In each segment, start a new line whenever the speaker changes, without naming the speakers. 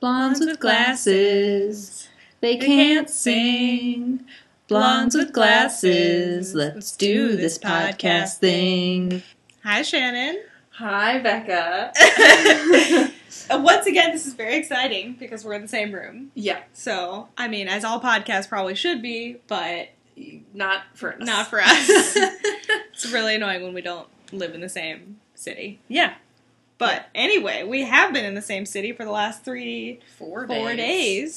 Blondes with glasses, they can't sing. Blondes with glasses, let's do this podcast thing.
Hi, Shannon.
Hi, Becca.
Uh, Once again, this is very exciting because we're in the same room.
yeah,
So, I mean, as all podcasts probably should be, but
not for us.
not for us. it's really annoying when we don't live in the same city. Yeah. But anyway, we have been in the same city for the last three,
four
four
days.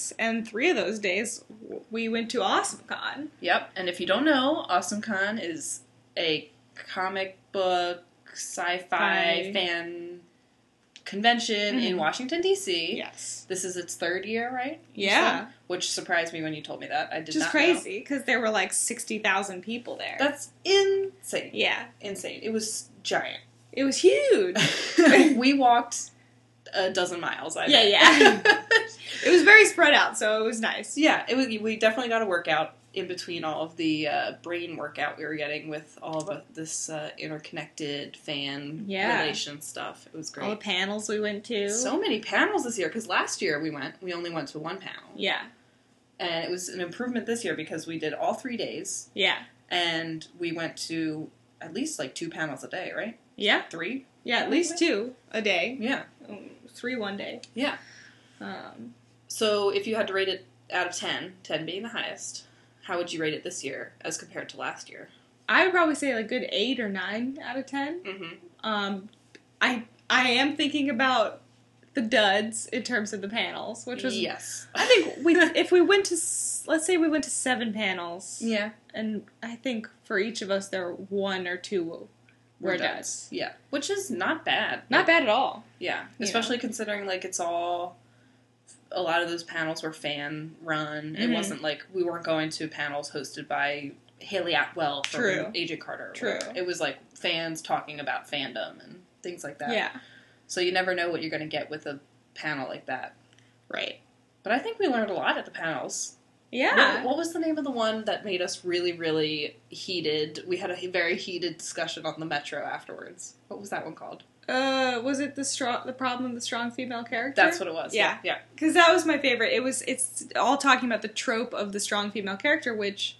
days, and three of those days w- we went to AwesomeCon.
Yep. And if you don't know, AwesomeCon is a comic book sci-fi
Fi.
fan convention in
Mm-hmm.
Mhm.
Washington D.C.
Yes.
This is its third year, right? You
Yeah.
said? Which surprised me when you told me that. I did
Which is
not
crazy because there were like 60,000 people there.
know. That's insane.
yeah.
Insane. It was giant.
It was huge.
we walked a dozen miles. I
Yeah,
bet.
It was very spread out, so it was nice.
Yeah, it was. We definitely got a workout in between all of the uh, brain workout we were getting with all the this uh, interconnected fan
Yeah.
relation stuff. It was
All the
great.
panels we went to.
So many panels this year because last year we went, we only went to one panel,
yeah,
and it was an improvement this year because we did all three days
yeah,
and we went to at least like two panels a day, right?
yeah,
Three?
yeah. At least two a day,
Yeah,
Um, three one day.
yeah.
Um,
So if you had to rate it out of 10, 10 being the highest, how would you rate it this year as compared to last year?
I would probably say like good eight or nine out of ten.
Mm-hmm.
Um, I I am thinking about the duds in terms of the panels, which was
yes,
I think we if we went to s- let's say we went to seven panels,
yeah.
and I think for each of us there were one or two were
We're
duds.
Yeah, which is not bad.
Not bad at all.
Yeah,
You
especially considering like it's all. A lot of those panels were fan run. It
Mhm.
wasn't like we weren't going to panels hosted by Haley Atwell from
True.
Agent Carter. or
True.
whatever. It was like fans talking about fandom and things like that.
Yeah,
So you never know what you're going to get with a panel like that.
right.
But I think we learned a lot at the panels.
Yeah.
What, what was the name of the one that made us really, really heated? We had a very heated discussion on the metro afterwards. What was that one called?
Uh, was it the strong the problem of the strong female character?
That's what it was.
Yeah.
Yeah.
because that was my favorite. It was it's all talking about the trope of the strong female character, which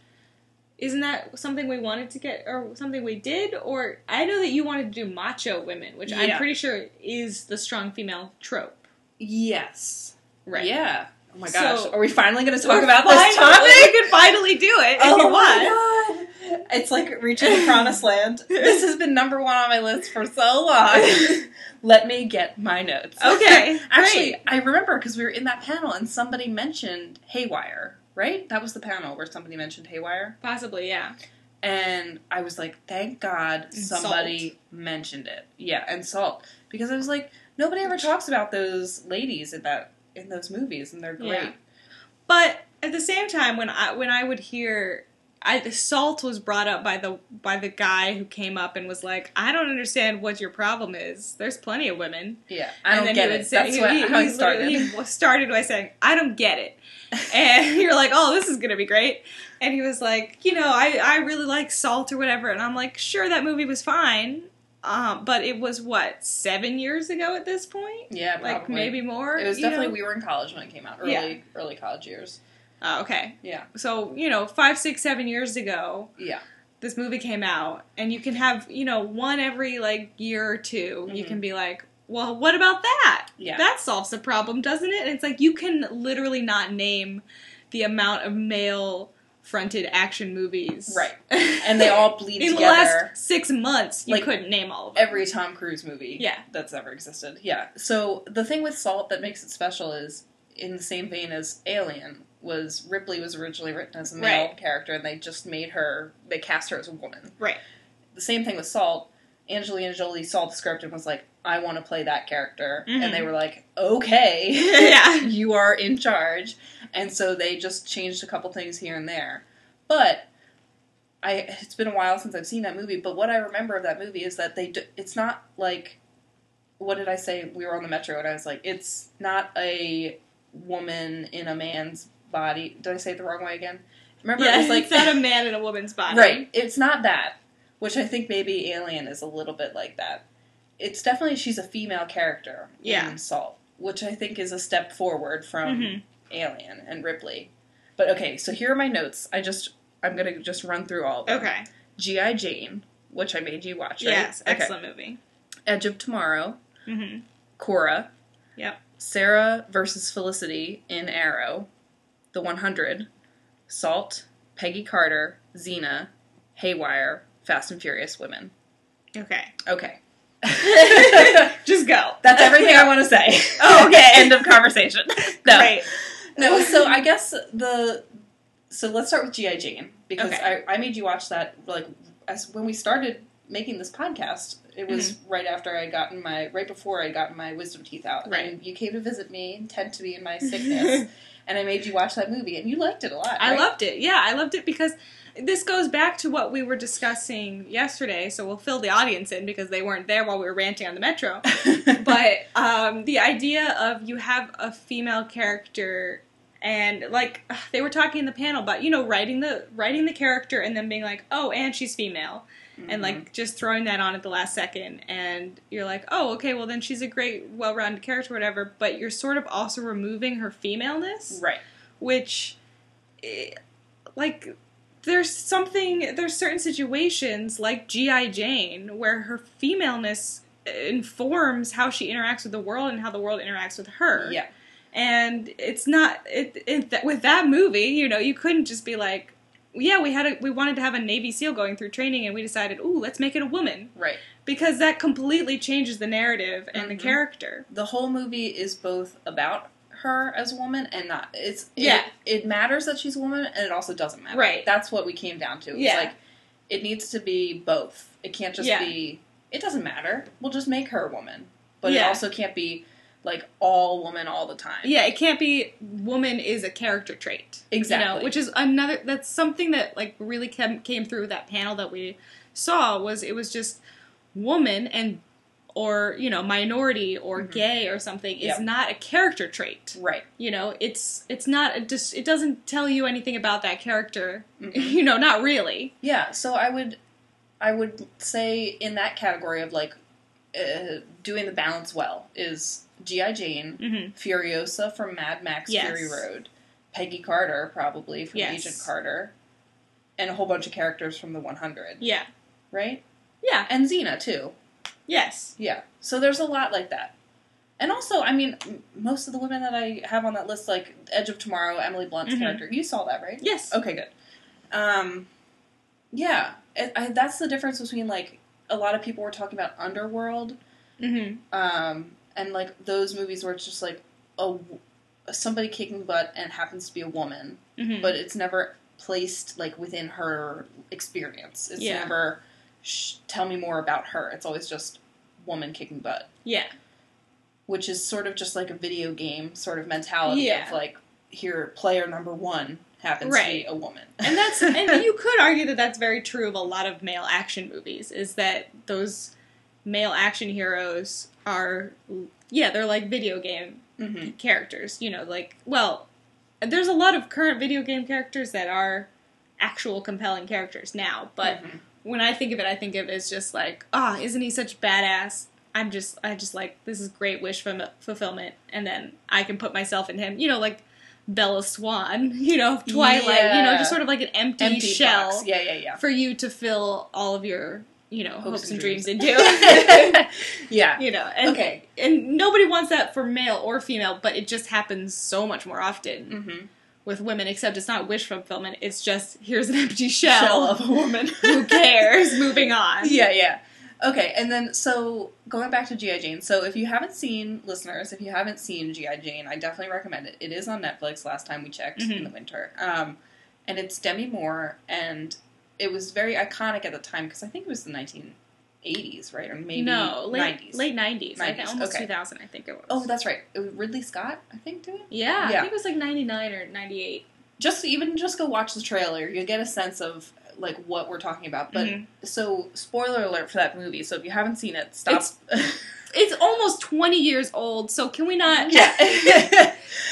isn't that something we wanted to get or something we did? Or I know that you wanted to do macho women, which I'm
Yeah.
pretty sure is the strong female trope,
Yes.
right?
Yeah. Oh my gosh.
So-
Are we finally going to talk
We're
about this
finally-
topic? Oh.
We could finally do it if you want.
my god. It's like reaching the promised land. This has been number one on my list for so long. Let me get my notes.
Okay,
Actually,
great.
I remember because we were in that panel and somebody mentioned Haywire, right? That was the panel where somebody mentioned Haywire.
Possibly, yeah.
And I was like, thank God
salt.
somebody mentioned it. Yeah, and salt. Because I was like, nobody ever talks about those ladies in that in those movies and they're great.
Yeah. But at the same time, when I when I would hear, I, the salt was brought up by the by the guy who came up and was like, "I don't understand what your problem is. There's plenty of women."
Yeah, I don't
and
get
he would
it.
say-
That's
he,
what,
he,
how I
he
started.
literally- He started by saying, "I don't get it," and you're like, "Oh, this is gonna be great." And he was like, "You know, I I really like Salt or whatever," and I'm like, "Sure, that movie was fine." Um, but it was what seven years ago at this point,
yeah, probably.
like maybe more.
it was
you know?
definitely we were in college when it came out. Early,
Yeah.
early college years.
Oh, okay.
Yeah,
So you know, five, six, seven years ago,
yeah,
this movie came out and you can have you know one every like year or 2 you
Mhm.
can be like well what about that
Yeah.
that solves the problem doesn't it and it's like you can literally not name the amount of male fronted action movies
Right. and they all bleed
in the
together.
last six months you
Like,
couldn't name all of them
Every Tom Cruise movie,
Yeah.
that's ever existed. Yeah. So the thing with Salt that makes it special is, in the same vein as Alien, was Ripley was originally written as a male
Right.
character, and they just made her, they cast her as a woman.
right
the same thing with Salt. Angelina Jolie saw the script and was like, I want to play that character.
Mhm.
And they were like, okay,
Yeah.
you are in charge. And so they just changed a couple things here and there. But I it's been a while since I've seen that movie, but what I remember of that movie is that they do, it's not like what did I say? We were on the metro and I was like, it's not a woman in a man's body. Did I say it the wrong way again? Remember it
yeah
was like
it's not a man in a woman's body
Right. It's not that, which I think maybe Alien is a little bit like that. It's definitely she's a female character
Yeah.
in Salt, which I think is a step forward from
Mhm.
Alien and Ripley. But okay, so here are my notes. I just I'm gonna just run through all. of them.
Okay.
G.I. Jane, which I made you watch. Right?
Yes.
Okay.
Excellent movie.
Edge of Tomorrow.
Mm-hmm.
Cora.
Yep.
Sarah versus Felicity in Arrow. The 100. Salt. Peggy Carter. Xena. Haywire. Fast and Furious Women.
Okay.
Okay.
Just go.
That's everything I want to say.
Oh, okay.
End of conversation. No.
Great.
No, so I guess the so let's start with GI Jane because
Okay.
I, I made you watch that like as when we started making this podcast. It was
Mm-hmm.
right after I gotten my right before I gotten my wisdom teeth out.
Right.
And you came to visit me, intent to be in my sickness, and I made you watch that movie, and you liked it a lot.
I
right?
loved it. Yeah, I loved it because this goes back to what we were discussing yesterday. So we'll fill the audience in because they weren't there while we were ranting on the metro. but um, the idea of you have a female character and like ugh, they were talking in the panel about you know writing the writing the character and then being like oh and she's female and like just throwing that on at the last second and you're like oh okay well then she's a great well-rounded character whatever but you're sort of also removing her femaleness
right,
which eh, like there's something there's certain situations like gi jane where her femaleness informs how she interacts with the world and how the world interacts with her
yeah,
and it's not it, it that, with that movie you know you couldn't just be like yeah we had a we wanted to have a navy seal going through training and we decided ooh let's make it a woman
right.
because that completely changes the narrative and the
Mhm.
character
the whole movie is both about her as a woman and not it's
Yeah.
it, it matters that she's a woman and it also doesn't matter
Right.
that's what we came down to It's
Yeah.
like it needs to be both it can't just
Yeah.
be it doesn't matter we'll just make her a woman but it
Yeah.
also can't be like all woman all the time
Yeah, it can't be woman is a character trait. you know,
Exactly.
which is another that's something that like really came came through with that panel that we saw was it was just woman and or, you know, minority or gay or something is
Mm-hmm. Yep.
not a character trait.
right
You know, it's it's not a dis- it doesn't tell you anything about that character.
Mhm.
You know, not really.
Yeah, so I would, I would say in that category of like uh, doing the balance well is GI Jane,
Mhm.
Furiosa from Mad Max
Yes.
Fury Road, Peggy Carter probably from
Yes.
Agent Carter, and a whole bunch of characters from the 100,
Yeah.
right?
Yeah.
And Xena too.
Yes.
Yeah. So there's a lot like that. And also, I mean, m- most of the women that I have on that list, like Edge of Tomorrow, Emily Blunt's
Mhm.
character, you saw that, right?
Yes.
Okay, good. Um, yeah, I, I, that's the difference between like a lot of people were talking about Underworld,
Mhm.
um, and like those movies where it's just like a w- somebody kicking butt and happens to be a woman,
Mhm.
but it's never placed like within her experience. It's
Yeah.
never Shh, tell me more about her. It's always just woman kicking butt,
yeah.
which is sort of just like a video game sort of mentality
Yeah.
of like here player number one happens
Right.
to be a woman,
and that's and you could argue that that's very true of a lot of male action movies is that those male action heroes are yeah they're like video game
Mhm.
characters you know like well there's a lot of current video game characters that are actual compelling characters now but
Mhm.
when i think of it i think of it as just like ah isn't he such badass i'm just i just like this is great wish fulfill- fulfillment and then i can put myself in him you know like bella swan you know twilight you know
Yeah.
just sort of like an empty,
empty
shell
box. Yeah, yeah, yeah.
for you to fill all of your you know hopes,
Hopes
and
and
dreams,
dreams.
into
Yeah.
you know and
Okay.
and nobody wants that for male or female but it just happens so much more often
Mm-hmm.
with women except it's not wish fulfillment it's just here's an empty shell,
Shell of a woman.
who cares moving on
yeah, yeah. Okay, and then so going back to GI Jane. So if you haven't seen listeners, if you haven't seen GI Jane, I definitely recommend it. It is on Netflix. Last time we checked in
Mhm.
the winter, um, and it's Demi Moore, and it was very iconic at the time because I think it was the 1980s, right, or maybe
no late
90s.
late 90s, I think
90s,
almost
okay.
2000 i think it was
Oh, that's right. It was Ridley Scott, I think, did it.
yeah, i
yeah.
think it was like 99 or 98
just even just go watch the trailer you'll get a sense of like what we're talking about but
Mhm.
so spoiler alert for that movie so if you haven't seen it stop
it's almost 20 years old so can we not
yeah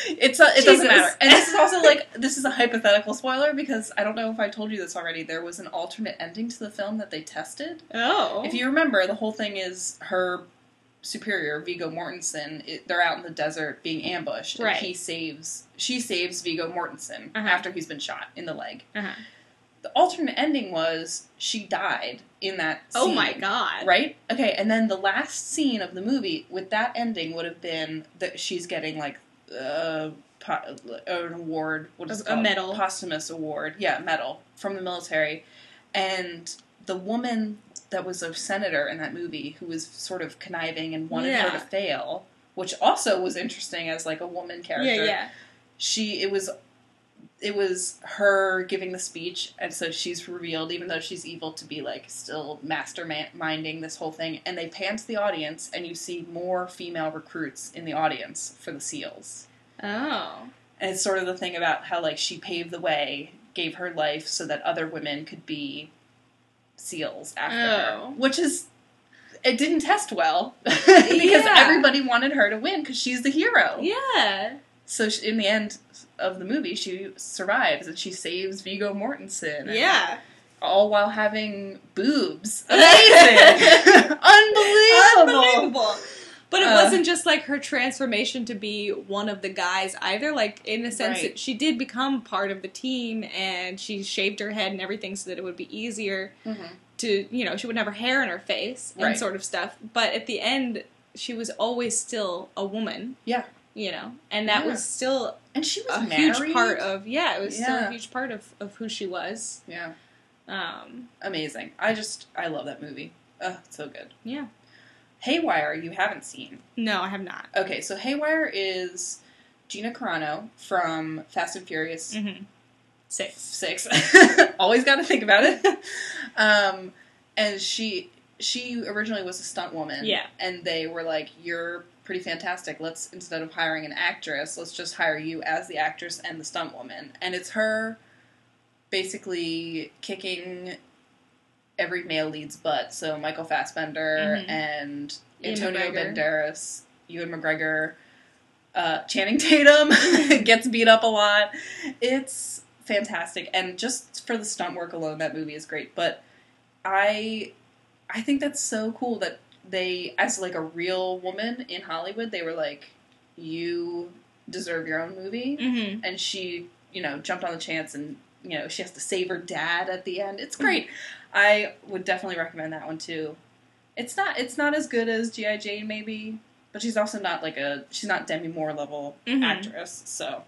it's not it
Jesus.
doesn't matter and this is also like this is a hypothetical spoiler because i don't know if i told you this already there was an alternate ending to the film that they tested
oh
if you remember the whole thing is her superior Vigo Mortensen. It, they're out in the desert being ambushed,
Right.
and he saves. She saves Vigo Mortensen
Uh-huh.
after he's been shot in the leg.
Uh-huh.
The alternate ending was she died in that.
Oh
scene,
my god.
Right? Okay, and then the last scene of the movie with that ending would have been that she's getting like uh, po- an award. What is
A-
it
a
called?
medal.
Posthumous award. Yeah, medal from the military. And the woman that was a senator in that movie who was sort of conniving and wanted
Yeah.
her to fail, which also was interesting as like a woman character.
Yeah, yeah.
She it was it was her giving the speech and so she's revealed even though she's evil to be like still masterminding this whole thing and they pan to the audience and you see more female recruits in the audience for the seals
Oh.
and it's sort of the thing about how like she paved the way gave her life so that other women could be seals after
Oh.
her which is it didn't test well because
Yeah.
everybody wanted her to win because she's the hero
Yeah.
so she, in the end of the movie, she survives and she saves Vigo Mortensen. and-
Yeah.
All while having boobs. Amazing! Unbelievable!
Unbelievable. But it
Uh.
wasn't just like her transformation to be one of the guys either. Like in the sense
Right.
that she did become part of the team and she shaved her head and everything so that it would be easier
Mhm.
to you know she wouldn't have her hair in her face and
Right.
sort of stuff but at the end she was always still a woman
Yeah.
you know and that
Yeah.
was still
And she was
a
married.
huge part of yeah it was still a
Yeah.
huge part of, of who she was
Yeah,
um
amazing. I just, I love that movie. Oh, so good.
yeah
Haywire, you haven't seen.
no i have not
Okay, so Haywire is Gina Carano from Fast and Furious
mm-hmm. six
six. Always got to think about it. Um, and she she originally was a stunt woman.
Yeah.
And they were like, "You're pretty fantastic. Let's instead of hiring an actress, let's just hire you as the actress and the stunt woman." And it's her basically kicking every male lead's butt. So Michael Fassbender
Mhm.
and
Ian
Antonio
McGregor.
Banderas, Ewan McGregor, uh, Channing Tatum gets beat up a lot. It's fantastic, and just for the stunt work alone, that movie is great. But I, I think that's so cool that they, as like a real woman in Hollywood, they were like, you deserve your own movie,
mm-hmm.
and she, you know, jumped on the chance, and you know, she has to save her dad at the end. It's
Mm-hmm.
great. I would definitely recommend that one too. It's not, it's not as good as GI Jane maybe, but she's also not like a, she's not Demi Moore level
Mhm.
actress. So,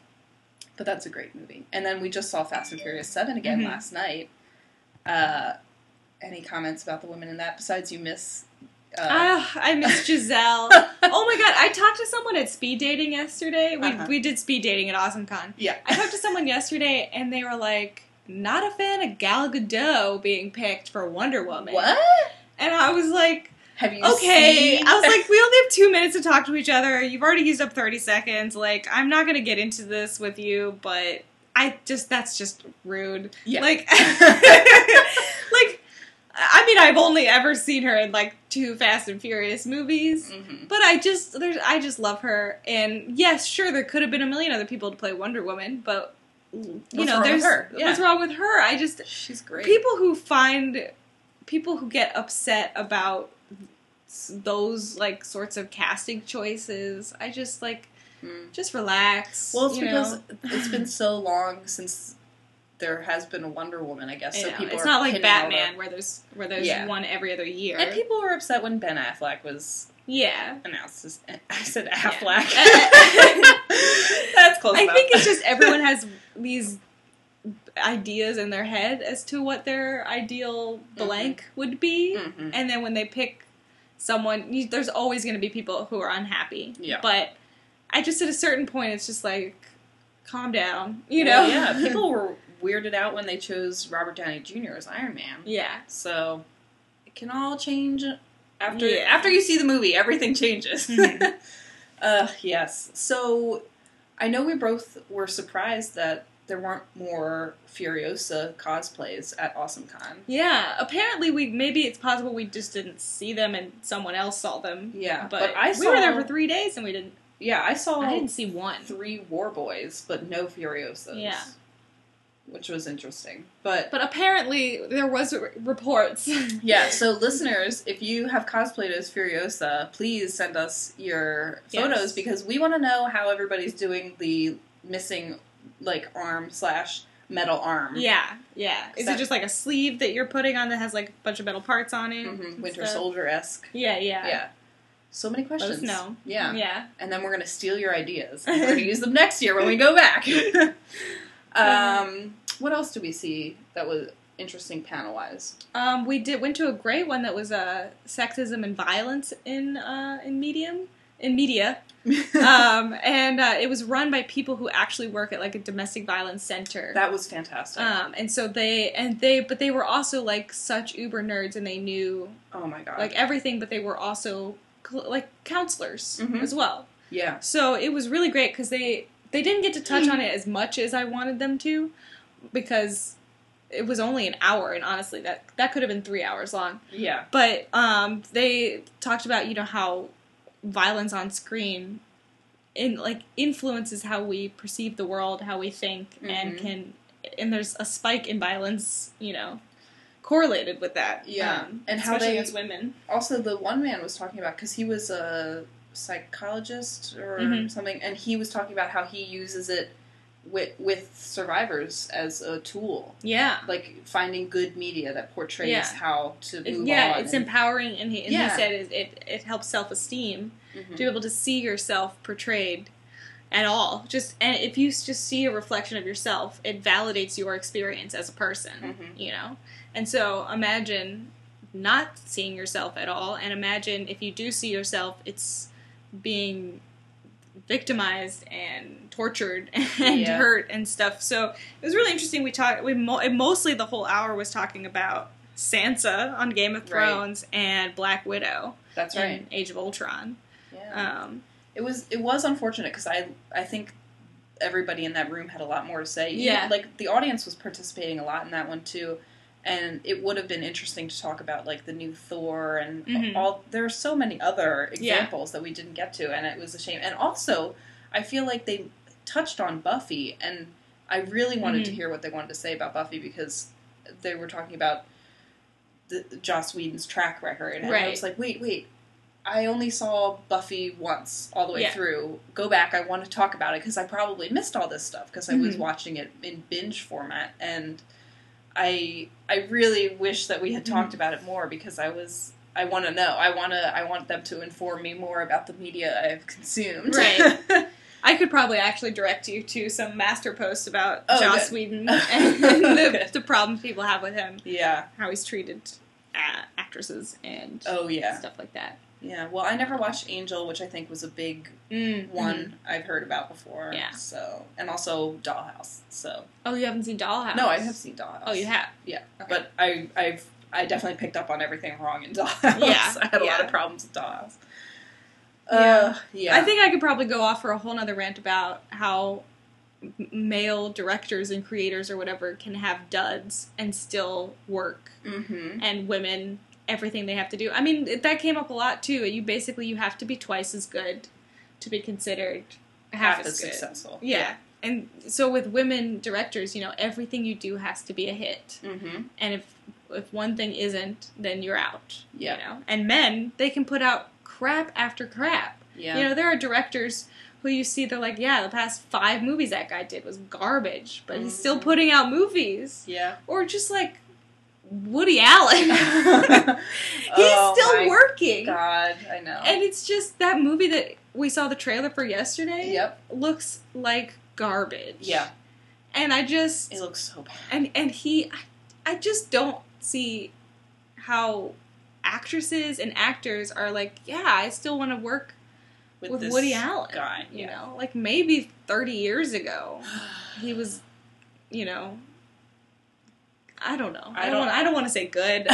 but that's a great movie. And then we just saw Fast and Furious Seven again
Mhm.
last night. Uh, any comments about the women in that besides you miss? Uh,
Ah, i miss giselle oh my god i talked to someone at speed dating yesterday we,
Uh-huh.
we did speed dating at awesomecon
yeah,
I talked to someone yesterday, and they were like, "Not a fan of Gal Gadot being picked for Wonder Woman."
what?
And I was like,
Have you
"Okay."
Seen?
I was like, "We only have two minutes to talk to each other. You've already used up thirty seconds. Like, I'm not gonna get into this with you, but I just that's just rude.
yeah.
Like, like." I mean, I've only ever seen her in like two Fast and Furious movies,
Mhm.
but I just there's I just love her and yes, sure there could have been a million other people to play Wonder Woman, but you
What's
know
wrong with
there's
her? Yeah.
what's wrong with her? I just
Mm-hmm. she's great.
people who find people who get upset about s- those like sorts of casting choices. I just like
Mm.
just relax.
Well, it's
you
because
know?
it's been so long since there has been a Wonder Woman, I guess.
I
So
know.
people
it's
are
not like
pinning all
Batman where there's where there's
Yeah.
one every other year.
over- And people were upset when Ben Affleck was
yeah.
announced. As, I said
Yeah.
Affleck.
Uh,
That's close.
I
enough.
think it's just everyone has these ideas in their head as to what their ideal
Mm-hmm.
blank would be,
Mhm.
and then when they pick someone, you, there's always going to be people who are unhappy.
Yeah.
But I just at a certain point, it's just like, calm down, you know?
Well, yeah, people were weirded out when they chose Robert Downey Jr. as Iron Man.
yeah.
So it can all change after
Yeah.
after you see the movie. Everything changes.
Mhm.
uh, yes. So I know we both were surprised that there weren't more Furiosa cosplays at AwesomeCon.
Yeah. Apparently, we maybe it's possible we just didn't see them and someone else saw them.
Yeah,
But,
but I
we were there
saw- Oh.
for three days and we didn't.
Yeah, I saw
I didn't see one.
three War Boys, but no Furiosas.
Yeah.
which was interesting. But
But apparently there was r- reports.
yeah, so listeners, if you have cosplayed as Furiosa, please send us your
Yes.
photos because we want to know how everybody's doing the missing like arm slash metal arm.
yeah, yeah. Is
Except-
it just like a sleeve that you're putting on that has like a bunch of metal parts on it?
hmm
and
Winter
stuff?
Soldier esque.
Yeah, Mm-hmm. yeah,
Yeah. So many
us
questions.
know.
Yeah.
yeah.
and then we're going to steal your ideas. and We're going to use them next year when we go back. um, what else do we see that was interesting panel wise?
Um, we did went to a great one that was uh, sexism and violence in uh, in medium in media. um, and uh, it was run by people who actually work at like a domestic violence center.
that was fantastic.
um, and so they and they but they were also like such uber nerds and they knew
oh my god.
like everything, but they were also cl- like counselors
Mhm.
as well.
yeah.
So it was really great because they they didn't get to touch on it as much as I wanted them to because it was only an hour and honestly that that could have been three hours long
Yeah.
but um, they talked about you know how violence on screen in like influences how we perceive the world, how we think, and
Mhm.
can and there's a spike in violence, you know, correlated with that.
Yeah.
um,
And how
especially
they-
against women.
Also, the one man was talking about because he was a psychologist or
Mhm.
something, and he was talking about how he uses it with with survivors as a tool,
Yeah,
like finding good media that portrays
Yeah.
how to
It-
move
yeah,
on.
it's empowering, and he, and
Yeah.
he said it, it it helps self esteem
Mhm.
to be able to see yourself portrayed at all. Just and if you s- just see a reflection of yourself, it validates your experience as a person.
Mhm.
you know and so imagine not seeing yourself at all and imagine if you do see yourself it's being victimized and tortured and
Yeah.
hurt and stuff so it was really interesting we talked we mo- and mostly the whole hour was talking about Sansa on Game of
Right.
Thrones and Black Widow
That's right.
and Age of Ultron
Yeah.
um
It was it was unfortunate because I I think everybody in that room had a lot more to say. Even-
Yeah.
like the audience was participating a lot in that one too, and it would have been interesting to talk about like the new Thor and
Mhm.
all. There are so many other
Yeah.
examples that we didn't get to, and it was a shame. And also, I feel like they touched on Buffy, and I really wanted to
Mhm.
hear what they wanted to say about Buffy because they were talking about the, Joss Whedon's track record, and I
Right.
was like, wait, wait. I only saw Buffy once all the way
Yeah.
through. Go back. I want to talk about it because I probably missed all this stuff because I was
Mhm.
watching it in binge format, and I I really wish that we had
Mm-hmm.
talked about it more because I was I want to know. I want to I want them to inform me more about the media I've consumed.
Right. I could probably actually direct you to some master posts about
Oh,
Joss
good.
Whedon and the,
Good.
the problems people have with him
yeah.
how he's treated uh, actresses and
Oh yeah.
stuff like that.
Yeah. Well, I never watched Angel, which I think was a big
Mm,
one
mhm.
I've heard about before.
Yeah.
So and also Dollhouse. So
Oh, you haven't seen Dollhouse?
no, I have seen Dollhouse.
Oh, you have.
Yeah,
Okay.
but I I've I definitely picked up on everything wrong in Dollhouse.
Yeah,
I had a lot
yeah.
of problems with Dollhouse.
Yeah.
Uh, yeah,
I think I could probably go off for a whole nother rant about how m- male directors and creators or whatever can have duds and still work,
hmm
and women everything they have to do. I mean, it- that came up a lot too. You basically you have to be twice as good to be considered half,
half
as
as
good.
successful.
Yeah. And so with women directors, you know, everything you do has to be a hit.
Mm-hmm.
and if if one thing isn't, then you're out.
Yeah.
You know, and men they can put out crap after crap.
Yeah.
You know, there are directors who you see they're like, yeah, the past five movies that guy did was garbage, but he's still
Mhm.
putting out movies.
yeah.
Or just like Woody Allen, he's
Oh my
still working,
God, I know.
and it's just that movie that we saw the trailer for yesterday
yep.
looks like garbage.
Yeah.
and I just
It looks so bad.
and and he I, I just don't see how actresses and actors are like yeah i still want to work with,
this
woody allen
guy.
you
Yeah.
know like maybe 30 years ago he was you know i don't know
I
i don't,
don't-
want i don't want to say good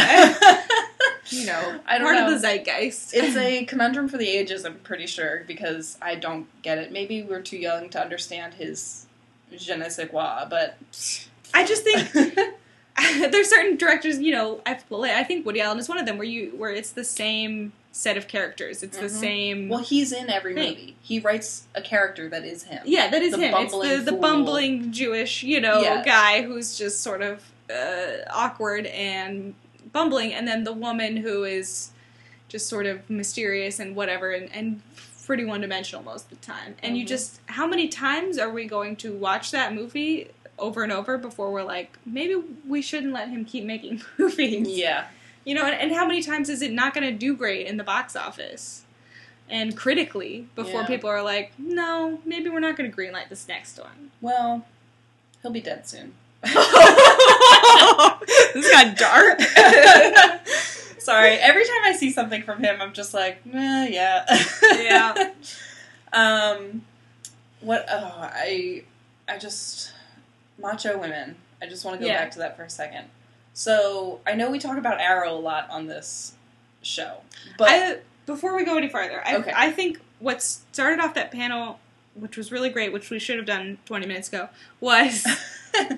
you know
I don't
part
know.
of the zeitgeist
it's a conundrum for the ages, I'm pretty sure, because I don't get it. Maybe we're too young to understand his je ne sais quoi, but
i just think there's certain directors, you know, I, I think Woody Allen is one of them where you where it's the same set of characters. It's the
Mhm.
same.
Well, he's in every
Thing.
movie. He writes a character that is him.
yeah, that is
the
him. It's the,
bumbling
the
fool.
bumbling Jewish, you know,
Yeah.
guy who's just sort of uh, awkward and bumbling, and then the woman who is just sort of mysterious and whatever, and, and pretty one dimensional most of the time. And you
Mhm.
just, how many times are we going to watch that movie? Over and over before we're like, maybe we shouldn't let him keep making movies.
Yeah.
You know, and, and how many times is it not going to do great in the box office? And critically, before
Yeah.
people are like, no, maybe we're not going to greenlight this next one.
Well, he'll be dead soon.
this got dark.
Sorry. Every time I see something from him, I'm just like, eh, yeah,
Yeah.
um, what? Oh, I, I just macho women. I just want to go
Yeah.
back to that for a second. So I know we talk about Arrow a lot on this show, but
I, before we go any farther, I,
Okay.
I think what started off that panel, which was really great, which we should have done 20 minutes ago, was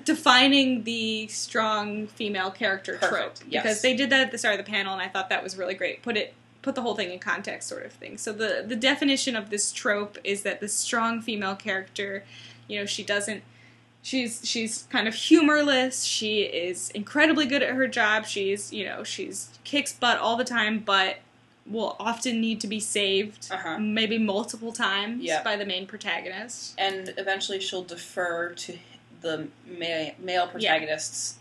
defining the strong female character
Perfect,
trope
yes.
because they did that at the start of the panel and I thought that was really great. Put it put the whole thing in context sort of thing. So the the definition of this trope is that the strong female character, you know, she doesn't she's she's kind of humorless, she is incredibly good at her job. She's, you know, she's kicks butt all the time but will often need to be saved
Uh-huh.
maybe multiple times
Yeah.
by the main protagonist.
and eventually she'll defer to the ma- male protagonist's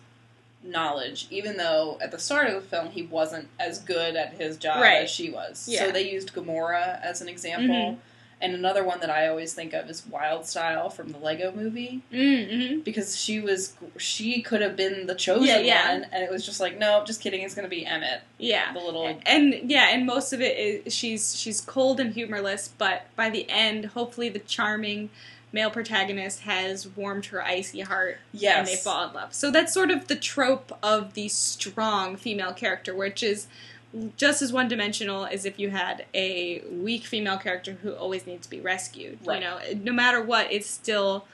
knowledge, even though at the start of the film he wasn't as good at his job
Right.
as she was.
Yeah.
So they used Gamora as an example.
Mhm.
And another one that I always think of is Wild Style from the Lego Movie
Mm-hmm.
because she was she could have been the chosen
Yeah, yeah.
one, and it was just like no, just kidding, it's gonna be Emmett,
Yeah.
the little
and yeah, and most of it is she's she's cold and humorless, but by the end, hopefully the charming male protagonist has warmed her icy heart
yes,
and they fall in love. So that's sort of the trope of the strong female character, which is just as one dimensional as if you had a weak female character who always needs to be rescued.
Right.
You know, no matter what, it's still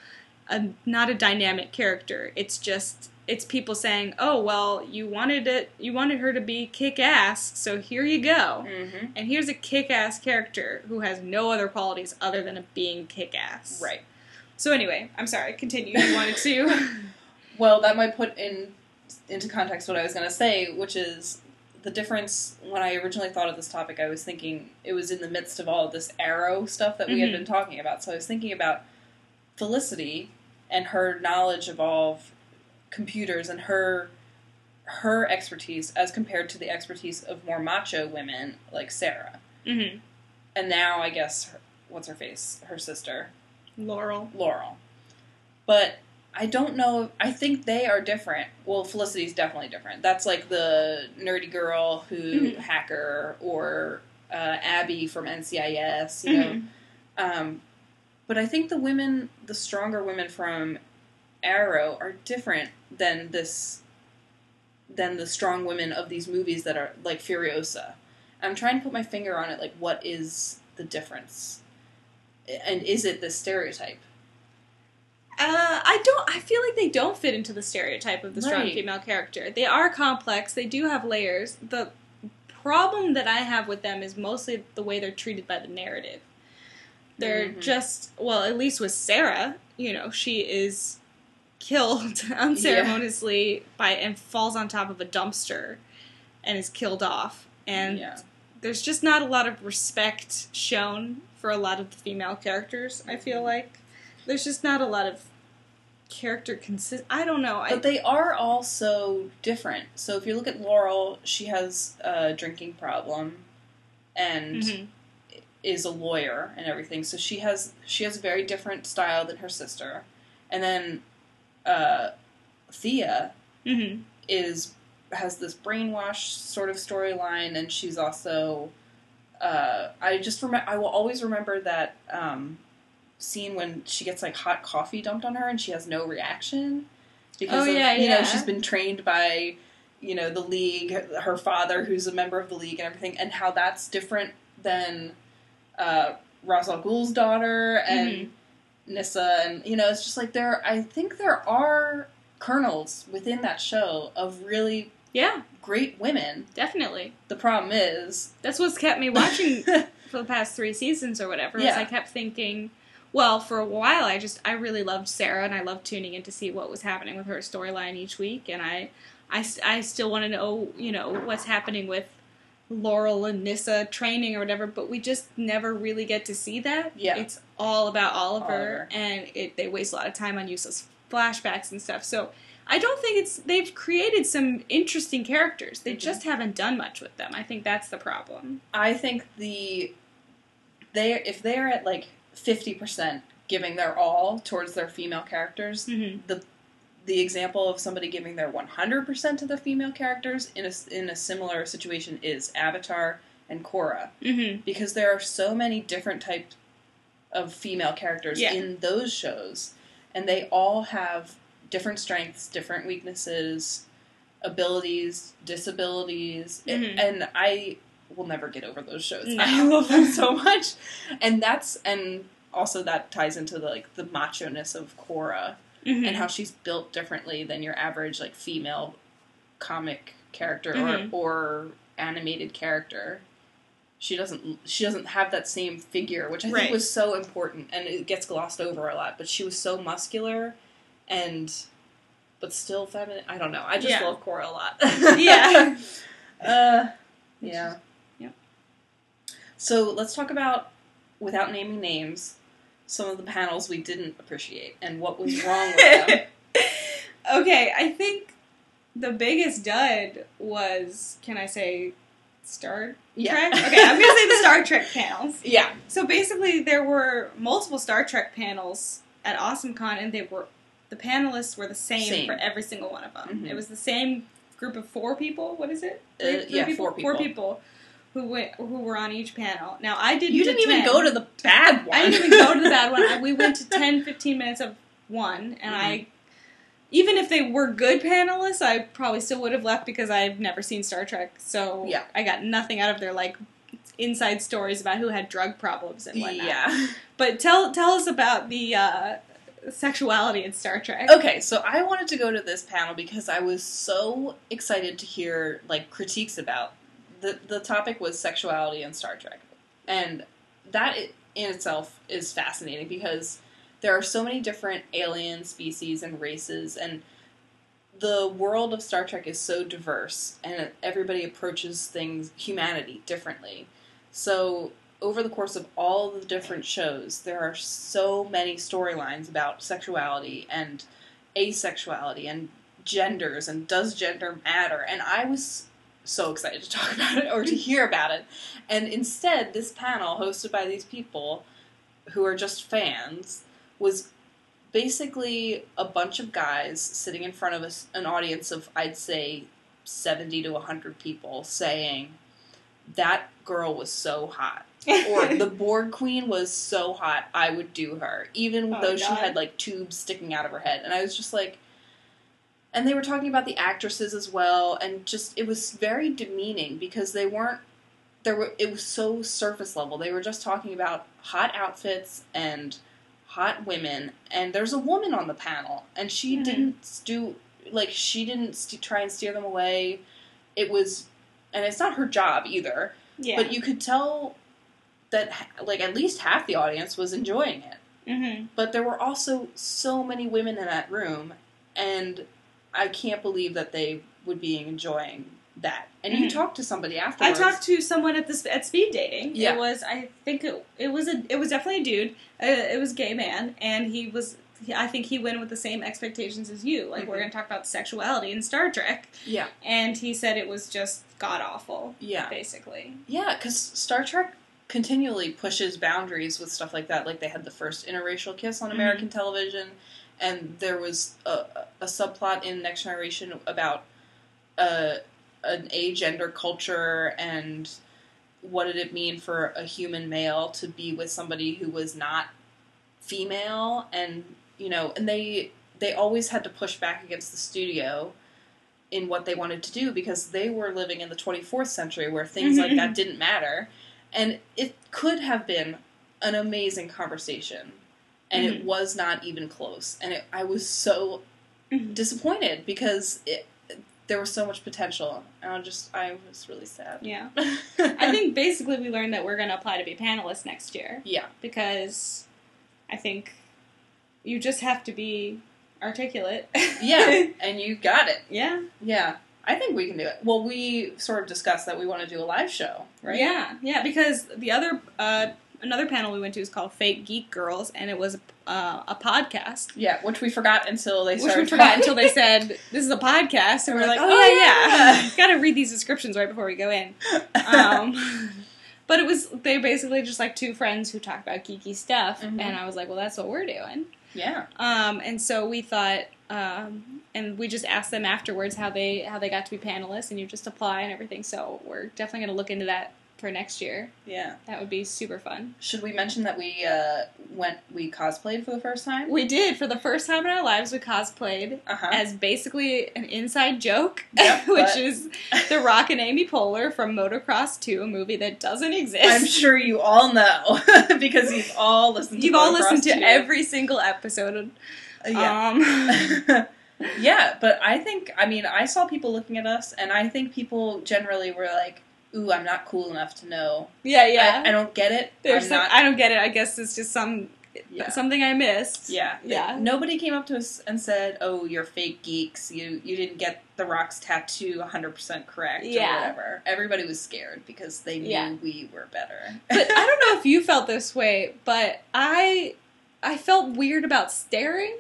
a, not a dynamic character. It's just it's people saying, "Oh, well, you wanted it. You wanted her to be kick ass, so here you go."
hmm
And here's a kick ass character who has no other qualities other than being kick ass.
right.
So anyway, I'm sorry. Continue. You wanted to.
Well, that might put in into context what I was going to say, which is the difference. When I originally thought of this topic, I was thinking it was in the midst of all of this Arrow stuff that we
Mhm.
had been talking about. So I was thinking about Felicity and her knowledge of all of computers and her her expertise as compared to the expertise of more macho women like Sarah.
hmm
And now I guess her, what's her face, her sister,
Laurel.
Laurel. But I don't know. I think they are different. Well, Felicity's definitely different. That's like the nerdy girl who
Mhm.
hacker or uh, Abby from NCIS, you
Mm-hmm.
know. Um, but I think the women, the stronger women from Arrow, are different than this, than the strong women of these movies that are like Furiosa. I'm trying to put my finger on it. Like, what is the difference? And is it this stereotype?
Uh, I don't. I feel like they don't fit into the stereotype of the strong
Right.
female character. They are complex. They do have layers. The problem that I have with them is mostly the way they're treated by the narrative. They're
Mhm.
just well, at least with Sarah, you know, she is killed unceremoniously by and falls on top of a dumpster and is killed off. And
yeah.
there's just not a lot of respect shown for a lot of the female characters. I feel like there's just not a lot of character consist. I don't know. I
But they are all so different. So if you look at Laurel, she has a drinking problem and
Mhm.
is a lawyer and everything. So she has she has a very different style than her sister. And then uh, Thea
Mhm.
is has this brainwash sort of storyline, and she's also uh, I just remember I will always remember that um, scene when she gets like hot coffee dumped on her and she has no reaction because
Oh,
of,
yeah,
you
yeah.
know she's been trained by you know the league her father who's a member of the league and everything and how that's different than uh, Ra's al Ghul's daughter and Nissa and you know it's just like there I think there are kernels within that show of really
Yeah,
great women.
definitely.
The problem is
That's what's kept me watching for the past three seasons or whatever. was
Yeah.
I kept thinking, well, for a while, I just I really loved Sarah, and I loved tuning in to see what was happening with her storyline each week, and I, I, s- I still want to know, you know, what's happening with Laurel and Nissa training or whatever. But we just never really get to see that.
Yeah.
it's all about Oliver,
Oliver.
and it they waste a lot of time on useless flashbacks and stuff. So. I don't think it's they've created some interesting characters. They
Mhm.
just haven't done much with them. I think that's the problem.
I think the they if they're at like fifty percent giving their all towards their female characters,
Mm-hmm.
the example of somebody giving their 100% to the female characters in a, in a similar situation is Avatar and Korra
Mm-hmm.
because there are so many different types of female characters
Yeah.
in those shows and they all have different strengths, different weaknesses, abilities, disabilities and-
Mhm.
and I will never get over those shows.
No.
I love them so much. And that's and also that ties into the, like the macho-ness of Korra and
Mm-hmm.
how she's built differently than your average like female comic character
Mhm.
or or animated character. She doesn't she doesn't have that same figure, which I
Right.
think was so important and it gets glossed over a lot, but she was so muscular and but still feminine. I don't know. I just
Yeah.
love Cora a lot.
Yeah.
uh yeah.
Yeah.
So let's talk about without naming names some of the panels we didn't appreciate and what was wrong with them.
okay, I think the biggest dud was can I say Star Trek? Okay, I'm gonna say the Star Trek panels.
yeah.
So basically, there were multiple Star Trek panels at AwesomeCon, and they were the panelists were the same,
Same.
for every single one of them.
Mhm.
It was the same group of four people. What is it?
Uh, yeah, four
Four
people.
people who went who were on each panel. Now I did.
You didn't even
10.
go to the bad one.
I didn't even go to the bad one. I, we went to 10, 15 minutes of one,
Mm-hmm.
and I, even if they were good panelists, I probably still would have left because I've never seen Star Trek, so
Yeah.
I got nothing out of their like inside stories about who had drug problems and whatnot.
Yeah.
But tell tell us about the uh, sexuality in Star Trek.
Okay, so I wanted to go to this panel because I was so excited to hear like critiques about the the topic was sexuality in Star Trek, and that i- in itself is fascinating because there are so many different alien species and races and the world of Star Trek is so diverse and everybody approaches things humanity differently. So over the course of all the different shows, there are so many storylines about sexuality and asexuality and genders and does gender matter. And I was so excited to talk about it or to hear about it. And instead, this panel hosted by these people who are just fans was basically a bunch of guys sitting in front of us, an audience of, I'd say, 70 to 100 people saying, That girl was so hot or the Borg Queen was so hot, I would do her, even
Oh,
though she
God.
had like tubes sticking out of her head. And I was just like, and they were talking about the actresses as well, and just it was very demeaning because they weren't there were it was so surface level. They were just talking about hot outfits and hot women, and there's a woman on the panel, and she
Mhm.
didn't do like she didn't st- try and steer them away. It was, and it's not her job either
yeah.
but you could tell that h- like at least half the audience was enjoying it
mm-hmm.
but there were also so many women in that room and i can't believe that they would be enjoying that and you
Mhm.
talked to somebody
I
afterwards
talked to someone at this at speed dating.
Yeah.
It was I think it, it was a it was definitely a dude. Uh, it was a gay man, and he was he- I think he went with the same expectations as you. Like we're
Mhm.
going to talk about sexuality in Star Trek,
yeah
and he said it was just god awful,
yeah
basically.
yeah because star trek continually pushes boundaries with stuff like that like they had the first interracial kiss on
Mhm.
american television and there was a, a- a subplot in next generation about uh, an a gender culture and what did it mean for a human male to be with somebody who was not female and you know and they they always had to push back against the studio in what they wanted to do because they were living in the 24th century where things like that didn't matter and it could have been an amazing conversation and
Mm-hmm.
it was not even close and it, i was so
Mhm.
disappointed because it, there was so much potential. And I just I was really sad.
Yeah. I
I
think basically we learned that we're going to apply to be panelists next year
yeah,
because I think you just have to be articulate.
yeah, and you got it.
yeah.
Yeah, I think we can do it. Well, we sort of discussed that we want to do a live show, right?
Yeah. Yeah. Because the other, uh, another panel we went to is called Fake Geek Girls and it was uh, a podcast.
Yeah, which we forgot until they
Which
started.
we forgot
talking.
until they said this is a podcast, and we're like, oh, yeah,
yeah."
yeah. gotta read these descriptions right before we go in. um, but it was they basically just like two friends who talk about geeky stuff,
Mhm.
and I was like, well, that's what we're doing.
yeah,
Um, and so we thought, um, and we just asked them afterwards how they how they got to be panelists, and you just apply and everything. So we're definitely going to look into that for next year.
yeah.
That would be super fun.
Should we mention that we uh, went we cosplayed for the first time?
We did for the first time in our lives we cosplayed
Uh huh.
as basically an inside joke,
Yep,
which
but-
is The Rock and Amy Poehler from Motocross 2, a movie that doesn't exist.
I'm sure you all know because you've all listened. to
You've all
Motocross
listened to
too. Uh,
every single episode.
Yeah.
Um,
yeah, but I think I mean I saw people looking at us, and I think people generally were like, "Ooh, I'm not cool enough to know.
yeah, yeah.
I, I don't get it.
There's
I'm
some-
not."
I don't get it. I guess it's just some
yeah.
something I missed.
yeah,
Yeah.
Nobody came up to us and said, "Oh, you're fake geeks. You you didn't get the Rock's tattoo 100 percent correct
Yeah.
or whatever." Everybody was scared because they knew
Yeah.
we were better.
But I don't know if you felt this way, but I I felt weird about staring.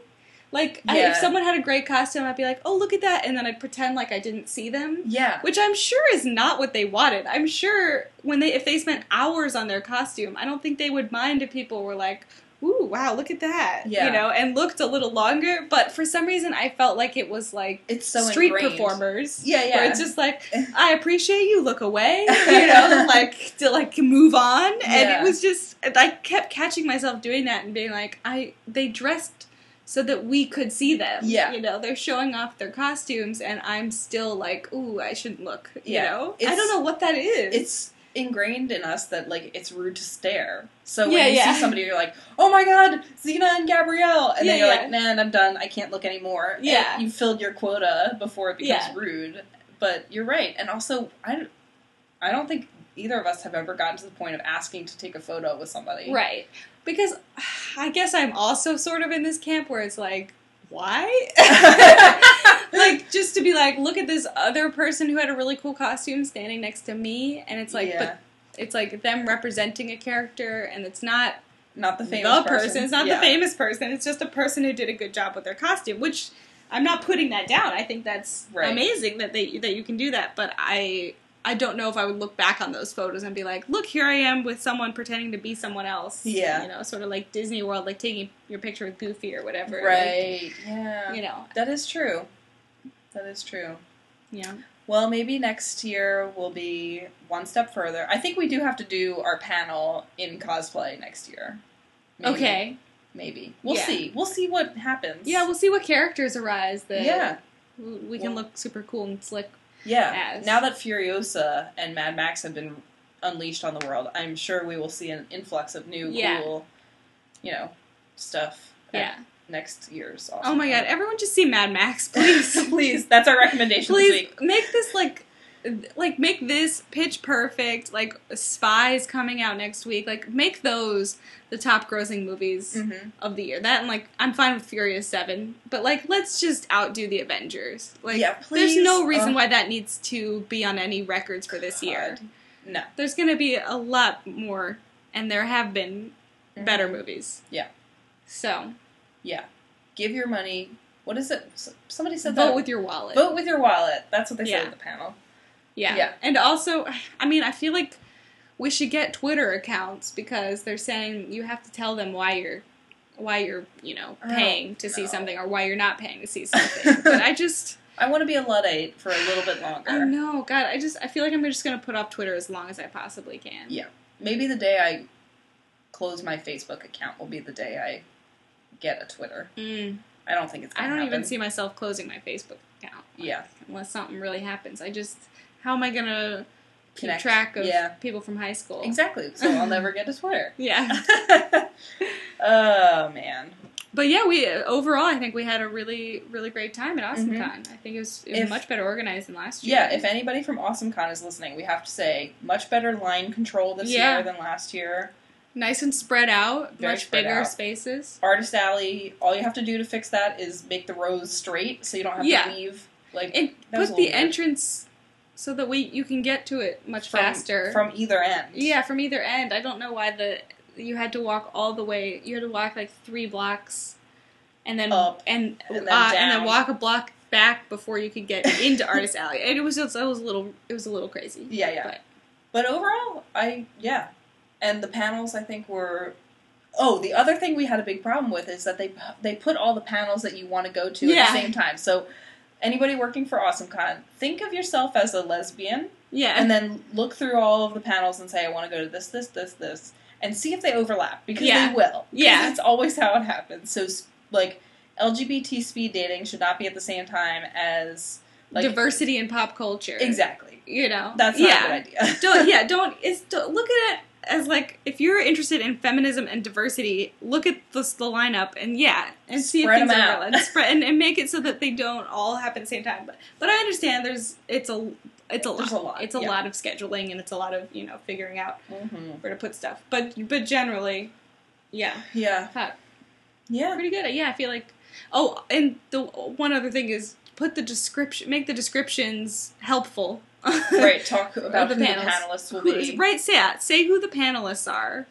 Like I, if
Yeah.
someone had a great costume, I'd be like, "Oh, look at that," and then I'd pretend like I didn't see them.
yeah,
which I'm sure is not what they wanted. I'm sure when they if they spent hours on their costume, I don't think they would mind if people were like, "Ooh, wow, look at that,"
Yeah.
you know, and looked a little longer. But for some reason, I felt like it was like
it's so
street
ingrained.
performers.
Yeah, yeah.
Where it's just like, I appreciate you, look away, you know, like to like move on.
Yeah.
And it was just I kept catching myself doing that and being like, I they dressed so that we could see them.
Yeah.
You know, they're showing off their costumes and I'm still like, ooh, I shouldn't look. You
Yeah.
know? I
It's-
don't know what that is.
it's ingrained in us that like it's rude to stare. So when
Yeah,
you
yeah.
see somebody, you're like, "Oh my god, Xena and Gabrielle," and
Yeah,
then you're
yeah.
like, "Man, I'm done. I can't look anymore." And
Yeah.
you filled your quota before it becomes
Yeah.
rude. But you're right, and also I, don't- I don't think either of us have ever gotten to the point of asking to take a photo with somebody.
Right. Because I guess I'm also sort of in this camp where it's like, why? like just to be like, look at this other person who had a really cool costume standing next to me, and it's like,
Yeah.
but it's like them representing a character, and it's not
not the
the,
famous
person. It's not
Yeah.
the famous person. It's just a person who did a good job with their costume, which. I'm not putting that down. I think that's
Right.
amazing that they that you can do that, but I I don't know if I would look back on those photos and be like, "Look, here I am with someone pretending to be someone else."
Yeah.
you know, sort of like Disney World, like taking your picture with Goofy or whatever. like,
Right. Yeah.
you know.
That is true. That is true.
Yeah.
Well, maybe next year will be one step further. I think we do have to do our panel in cosplay next year. Maybe.
Okay.
Maybe. We'll
Yeah.
see. We'll see what happens.
Yeah, we'll see what characters arise that
yeah.
we we can
Well-
look super cool and slick.
Yeah.
As-
Now that Furiosa and Mad Max have been unleashed on the world, I'm sure we will see an influx of new
Yeah.
cool, you know, stuff. at
Yeah.
Next year's. Also.
Oh my god, everyone just see Mad Max, please.
please. That's our recommendation this
please
week.
make this like like make this pitch perfect like spies coming out next week like make those the top grossing movies
Mm-hmm.
of the year that and like i'm fine with furious 7 but like let's just outdo the avengers like
Yeah,
there's
please. uh,
no reason
Ugh.
why that needs to be on any records for this year
No.
there's going to be a lot more, and there have been better movies.
Mm-hmm. Yeah.
So
Yeah. Give your money. What is it? S- Somebody said that.
vote with your wallet.
Vote with your wallet. That's what they
Yeah.
said at the panel.
Yeah.
yeah.
And also, I mean, I feel like we should get Twitter accounts because they're saying you have to tell them why you're why you're you know
Oh,
paying to see
no.
something or why you're not paying to see something. but I just
I want to be a luddite for a little bit longer.
I know God, I just I feel like I'm just gonna put off Twitter as long as I possibly can.
Yeah. Maybe the day I close my Facebook account will be the day I get a Twitter.
Mm,
I don't think it's.
I
Gonna
don't
happen.
even see myself closing my Facebook account.
Yeah.
unless something really happens. I just, how am I gonna keep
Connect.
track of
Yeah.
people from high school?
Exactly. So I'll never get a Twitter.
Yeah.
oh man.
But yeah, we overall I think we had a really really great time at AwesomeCon. I think it was, it was
Mm-hmm. If-
much better organized than last year.
Yeah, if anybody from AwesomeCon is listening, we have to say much better line control this
Yeah.
year than last year.
nice and spread out,
Very
much
spread
bigger
out.
spaces.
Artist Alley, all you have to do to fix that is make the rows straight so you don't have
Yeah.
to leave. Like
And
that was
put
a
the
little weird.
entrance so that we you can get to it much
from,
faster.
from either end.
yeah, from either end. I don't know why the you had to walk all the way. You had to walk like three blocks, and then
Up,
and
and then
uh, and then
down.
walk a block back before you could get into Artist Alley. And it was just it was a little it was a little crazy.
Yeah, yeah.
But-
But overall, I yeah, and the panels I think were. Oh, the other thing we had a big problem with is that they they put all the panels that you want to go to at
Yeah.
the same time. So anybody working for AwesomeCon, think of yourself as a lesbian,
Yeah,
and then look through all of the panels and say, I want to go to this, this, this, this, and see if they overlap because
Yeah.
they will. 'Cause
Yeah.
that's always how it happens. So s- like LGBT speed dating should not be at the same time as like
diversity in pop culture.
exactly.
You know.
That's not
yeah.
a good idea.
don't yeah don't it's don't, look at it as like if you're interested in feminism and diversity look at the, the lineup and yeah and see
Spread
if things
'em
are
out.
relevant spread and, and make it so that they don't all happen at the same time but but i understand there's it's a it's a lot.
There's a lot,
It's a
yeah.
lot of scheduling, and it's a lot of you know figuring out
Mhm.
where to put stuff. But but generally, yeah,
Yeah.
Huh.
Yeah.
pretty good. Yeah, I feel like. Oh, and the one other thing is put the description, make the descriptions helpful.
right talk about
the
who the
panels.
panelists will
Who-
be
right, say that. Say who the panelists are.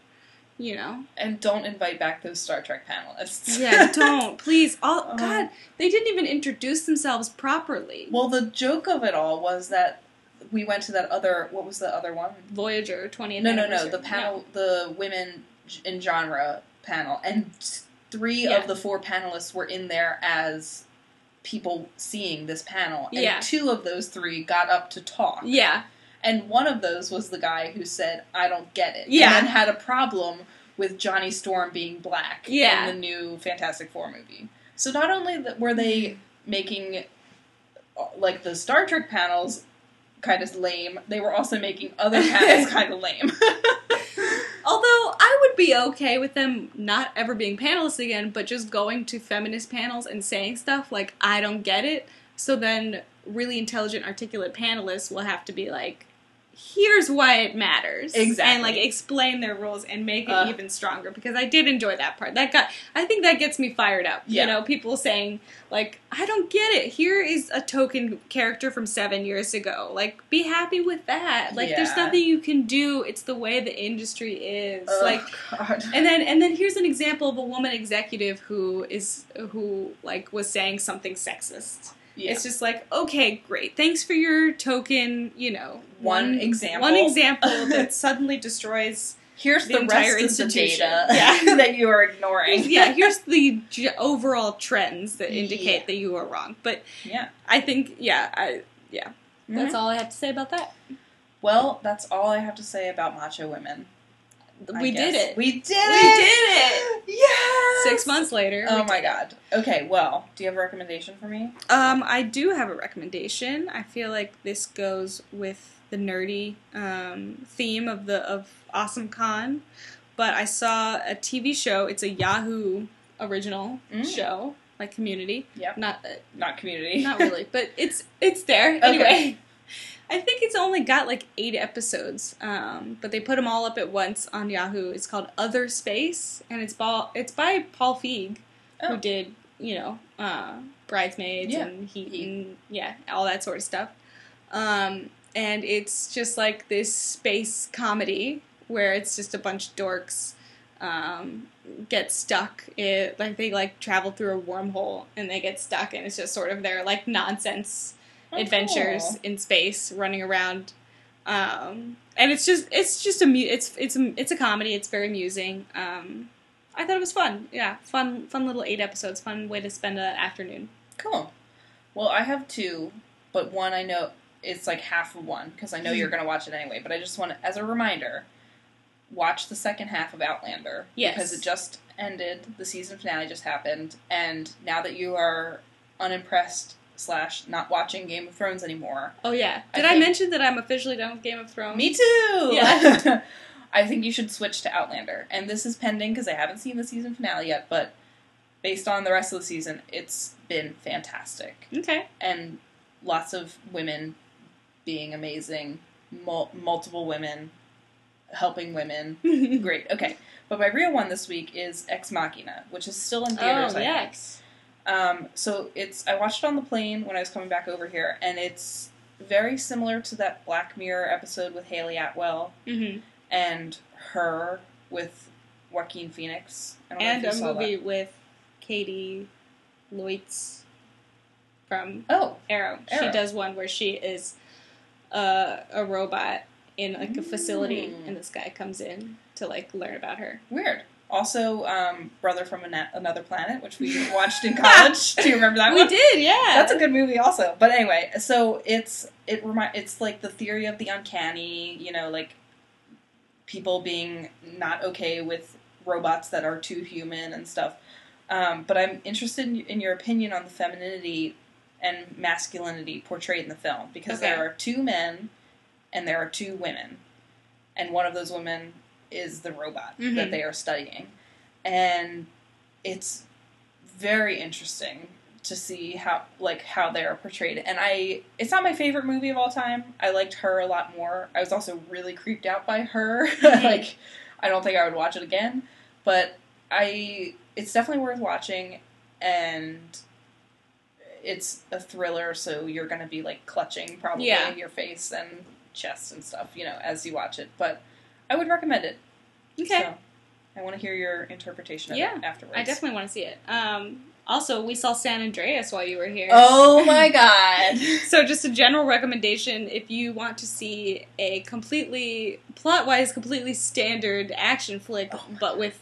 You know.
and don't invite back those star trek panelists
Yeah, don't. Please. All
Um,
God, they didn't even introduce themselves properly.
well the joke of it all was that we went to that other what was the other one
Voyager 20th
no no no
anniversary.
the panel the women g- in genre panel and t- three
Yeah.
of the four panelists were in there as people seeing this panel and
Yeah.
two of those three got up to talk
Yeah.
and one of those was the guy who said i don't get it
Yeah.
and then had a problem with johnny storm being black
Yeah.
in the new fantastic four movie so not only that were they making uh, like the star trek panels kind of lame they were also making other panels kind of lame
Although I would be okay with them not ever being panelists again, but just going to feminist panels and saying stuff like "I don't get it," so then really intelligent, articulate panelists will have to be like, "Here's why it matters," and
Exactly.
like explain their rules and make it
Uh.
even stronger. Because I did enjoy that part. That got I think that gets me fired up.
Yeah.
You know, people saying like, "I don't get it." Here is a token character from seven years ago. Like, be happy with that. Like, there's
Yeah.
nothing you can do. It's the way the industry is.
Ugh,
Like
God.
and then and then here's an example of a woman executive who is who like was saying something sexist.
yeah.
It's just like, okay, great. Thanks for your token, you know,
One example.
One example that suddenly destroys
here's
the
the,
entire
rest
institution.
of the data
Yeah.
that you are ignoring
yeah, here's the g- overall trends that indicate
Yeah.
that you are wrong. But
yeah
I think yeah, I yeah.
Mhm.
That's all I have to say about that.
well that's all i have to say about macho women I
we did
guess.
it.
we did
We
it yes
Six months later. we
Oh my god. Okay, well, do you have a recommendation for me?
Um, I do have a recommendation. I feel like this goes with the nerdy um, theme of the of Awesome Con, but I saw a TV show. It's a Yahoo original
Mm.
show, like Community.
Yep.
Not uh,
Not community.
not really, but it's it's there
Okay.
anyway. I think it's only got like eight episodes, um, but they put them all up at once on Yahoo. It's called Other Space, and it's by it's by Paul Feig,
Oh.
who did you know uh, Bridesmaids
Yeah.
and Heat
Heat.
and yeah, all that sort of stuff. Um, and it's just like this space comedy where it's just a bunch of dorks um, get stuck. It like they like travel through a wormhole and they get stuck, and it's just sort of their like nonsense
Oh,
adventures
cool.
in space, running around. Um, and it's just it's just a mu- it's it's a, it's a comedy. It's very amusing. Um, I thought it was fun. Yeah, fun fun little eight episodes. Fun way to spend an afternoon.
Cool. Well, I have two, but one I know it's like half of one because I know you're going to watch it anyway, but I just want to as a reminder, watch the second half of Outlander
Yes.
because it just ended, the season finale just happened, and now that you are unimpressed slash not watching Game of Thrones anymore.
Oh yeah,
I
did I,
think-
mention that I'm officially done with Game of Thrones?
Me too.
Yeah.
I think you should switch to Outlander, and this is pending because I haven't seen the season finale yet. But based on the rest of the season, it's been fantastic.
Okay.
And lots of women being amazing, mul- multiple women helping women. Great. Okay. But my real one this week is Ex Machina, which is still in theaters.
oh,
I think.
yes.
Um, so it's I watched it on the plane when I was coming back over here, and it's very similar to that Black Mirror episode with Haley Atwell
mm-hmm.
and her with Joaquin Phoenix. I don't know
And
if
a
you saw
movie with Katie Lloyds from
that. Oh,
Arrow.
Arrow.
She does one where she is uh, a robot in like a facility,
Mm.
and this guy comes in to like learn about her.
weird. Also, um, Brother from Ana- Another Planet, which we watched in college. Do you remember that
we
one?
did, yeah.
That's a good movie, also. But anyway, so it's it remind it's like the theory of the uncanny, you know, like people being not okay with robots that are too human and stuff. Um, but I'm interested in, in your opinion on the femininity and masculinity portrayed in the film because
Okay.
there are two men and there are two women, and one of those women is the robot that
Mhm.
they are studying, and it's very interesting to see how like how they're portrayed and i it's not my favorite movie of all time i liked her a lot more i was also really creeped out by her
Mm-hmm.
like i don't think i would watch it again but i it's definitely worth watching and it's a thriller so you're going to be like clutching probably
Yeah.
in your face and chest and stuff you know as you watch it but i would recommend it
okay.
so i want to hear your interpretation of
Yeah.
it afterwards
I definitely want to see it. Um, also, we saw San Andreas while you were here.
Oh my god.
So, just a general recommendation if you want to see a completely, plot wise, completely standard action flick,
Oh my
but with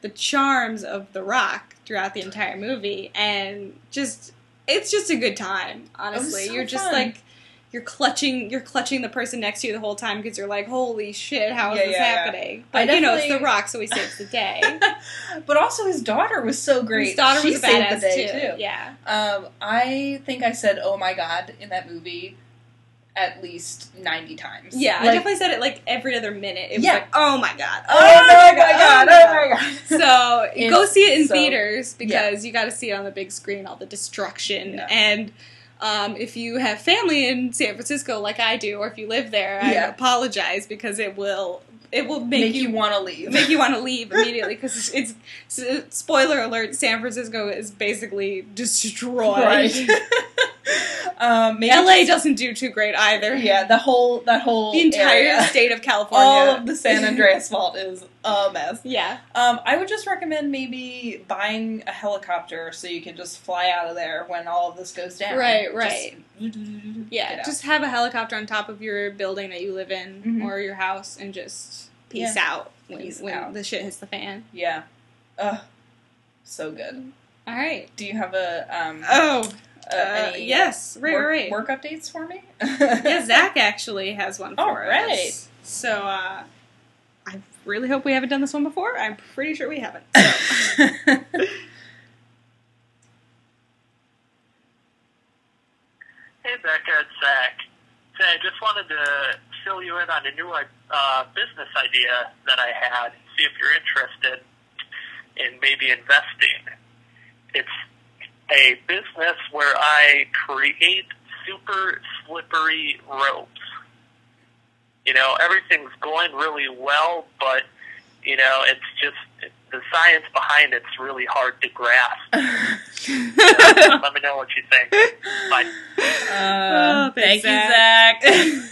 the charms of The Rock throughout the entire movie, and just, it's just a good time, honestly.
so
you're just
fun.
like, you're clutching, you're clutching the person next to you the whole time because you're like, "Holy shit, how is
Yeah,
this
yeah, yeah.
happening?"
I
But you know, it's
definitely-
The Rock, so he saves the day.
but also his daughter was so great.
His daughter
she
was a
saved the
badass
day
too. Yeah.
Um, I think I said "Oh my god" in that movie at least ninety times.
Yeah, I
Like,
definitely said it like every other minute. It was
Yeah.
like, oh my god,
Oh, my god! Oh my god!
So go
It's
see it in
so-
theaters because you got to see it on the big screen, all the destruction.
Yeah.
And um, if you have family in San Francisco, like I do, or if you live there,
Yeah.
I apologize because it will it will
make,
make,
you, want to leave.
make you want to leave immediately because it's, it's spoiler alert: San Francisco is basically destroyed.
right. um, maybe
LA doesn't do too great either.
Yeah, the whole that whole
the entire
area.
state of California.
all of the San Andreas fault is a mess.
yeah.
Um, I would just recommend maybe buying a helicopter so you can just fly out of there when all of this goes down.
Right,
Just-
right. Yeah,
Get out.
just have a helicopter on top of your building that you live in
Mhm.
or your house and just peace out when,
Peace
when
out.
the shit hits the fan.
yeah. Ugh, so good.
All right.
Do you have a um?
Oh,
a-
uh,
any
yes. Right,
work,
right, right.
Work updates for me?
Yeah, Zach actually has one for
All right.
us. So uh, I really hope we haven't done this one before. I'm pretty sure we haven't.
Hey, Becca, it's Zach. Say, I just wanted to fill you in on a new uh, business idea that I had, see if you're interested in maybe investing. It's a business where I create super slippery ropes. You know, everything's going really well, but, you know, it's just the science behind it's really hard to grasp. Let me know what you think. Bye.
Uh,
Oh, thanks,
thank you, Zach.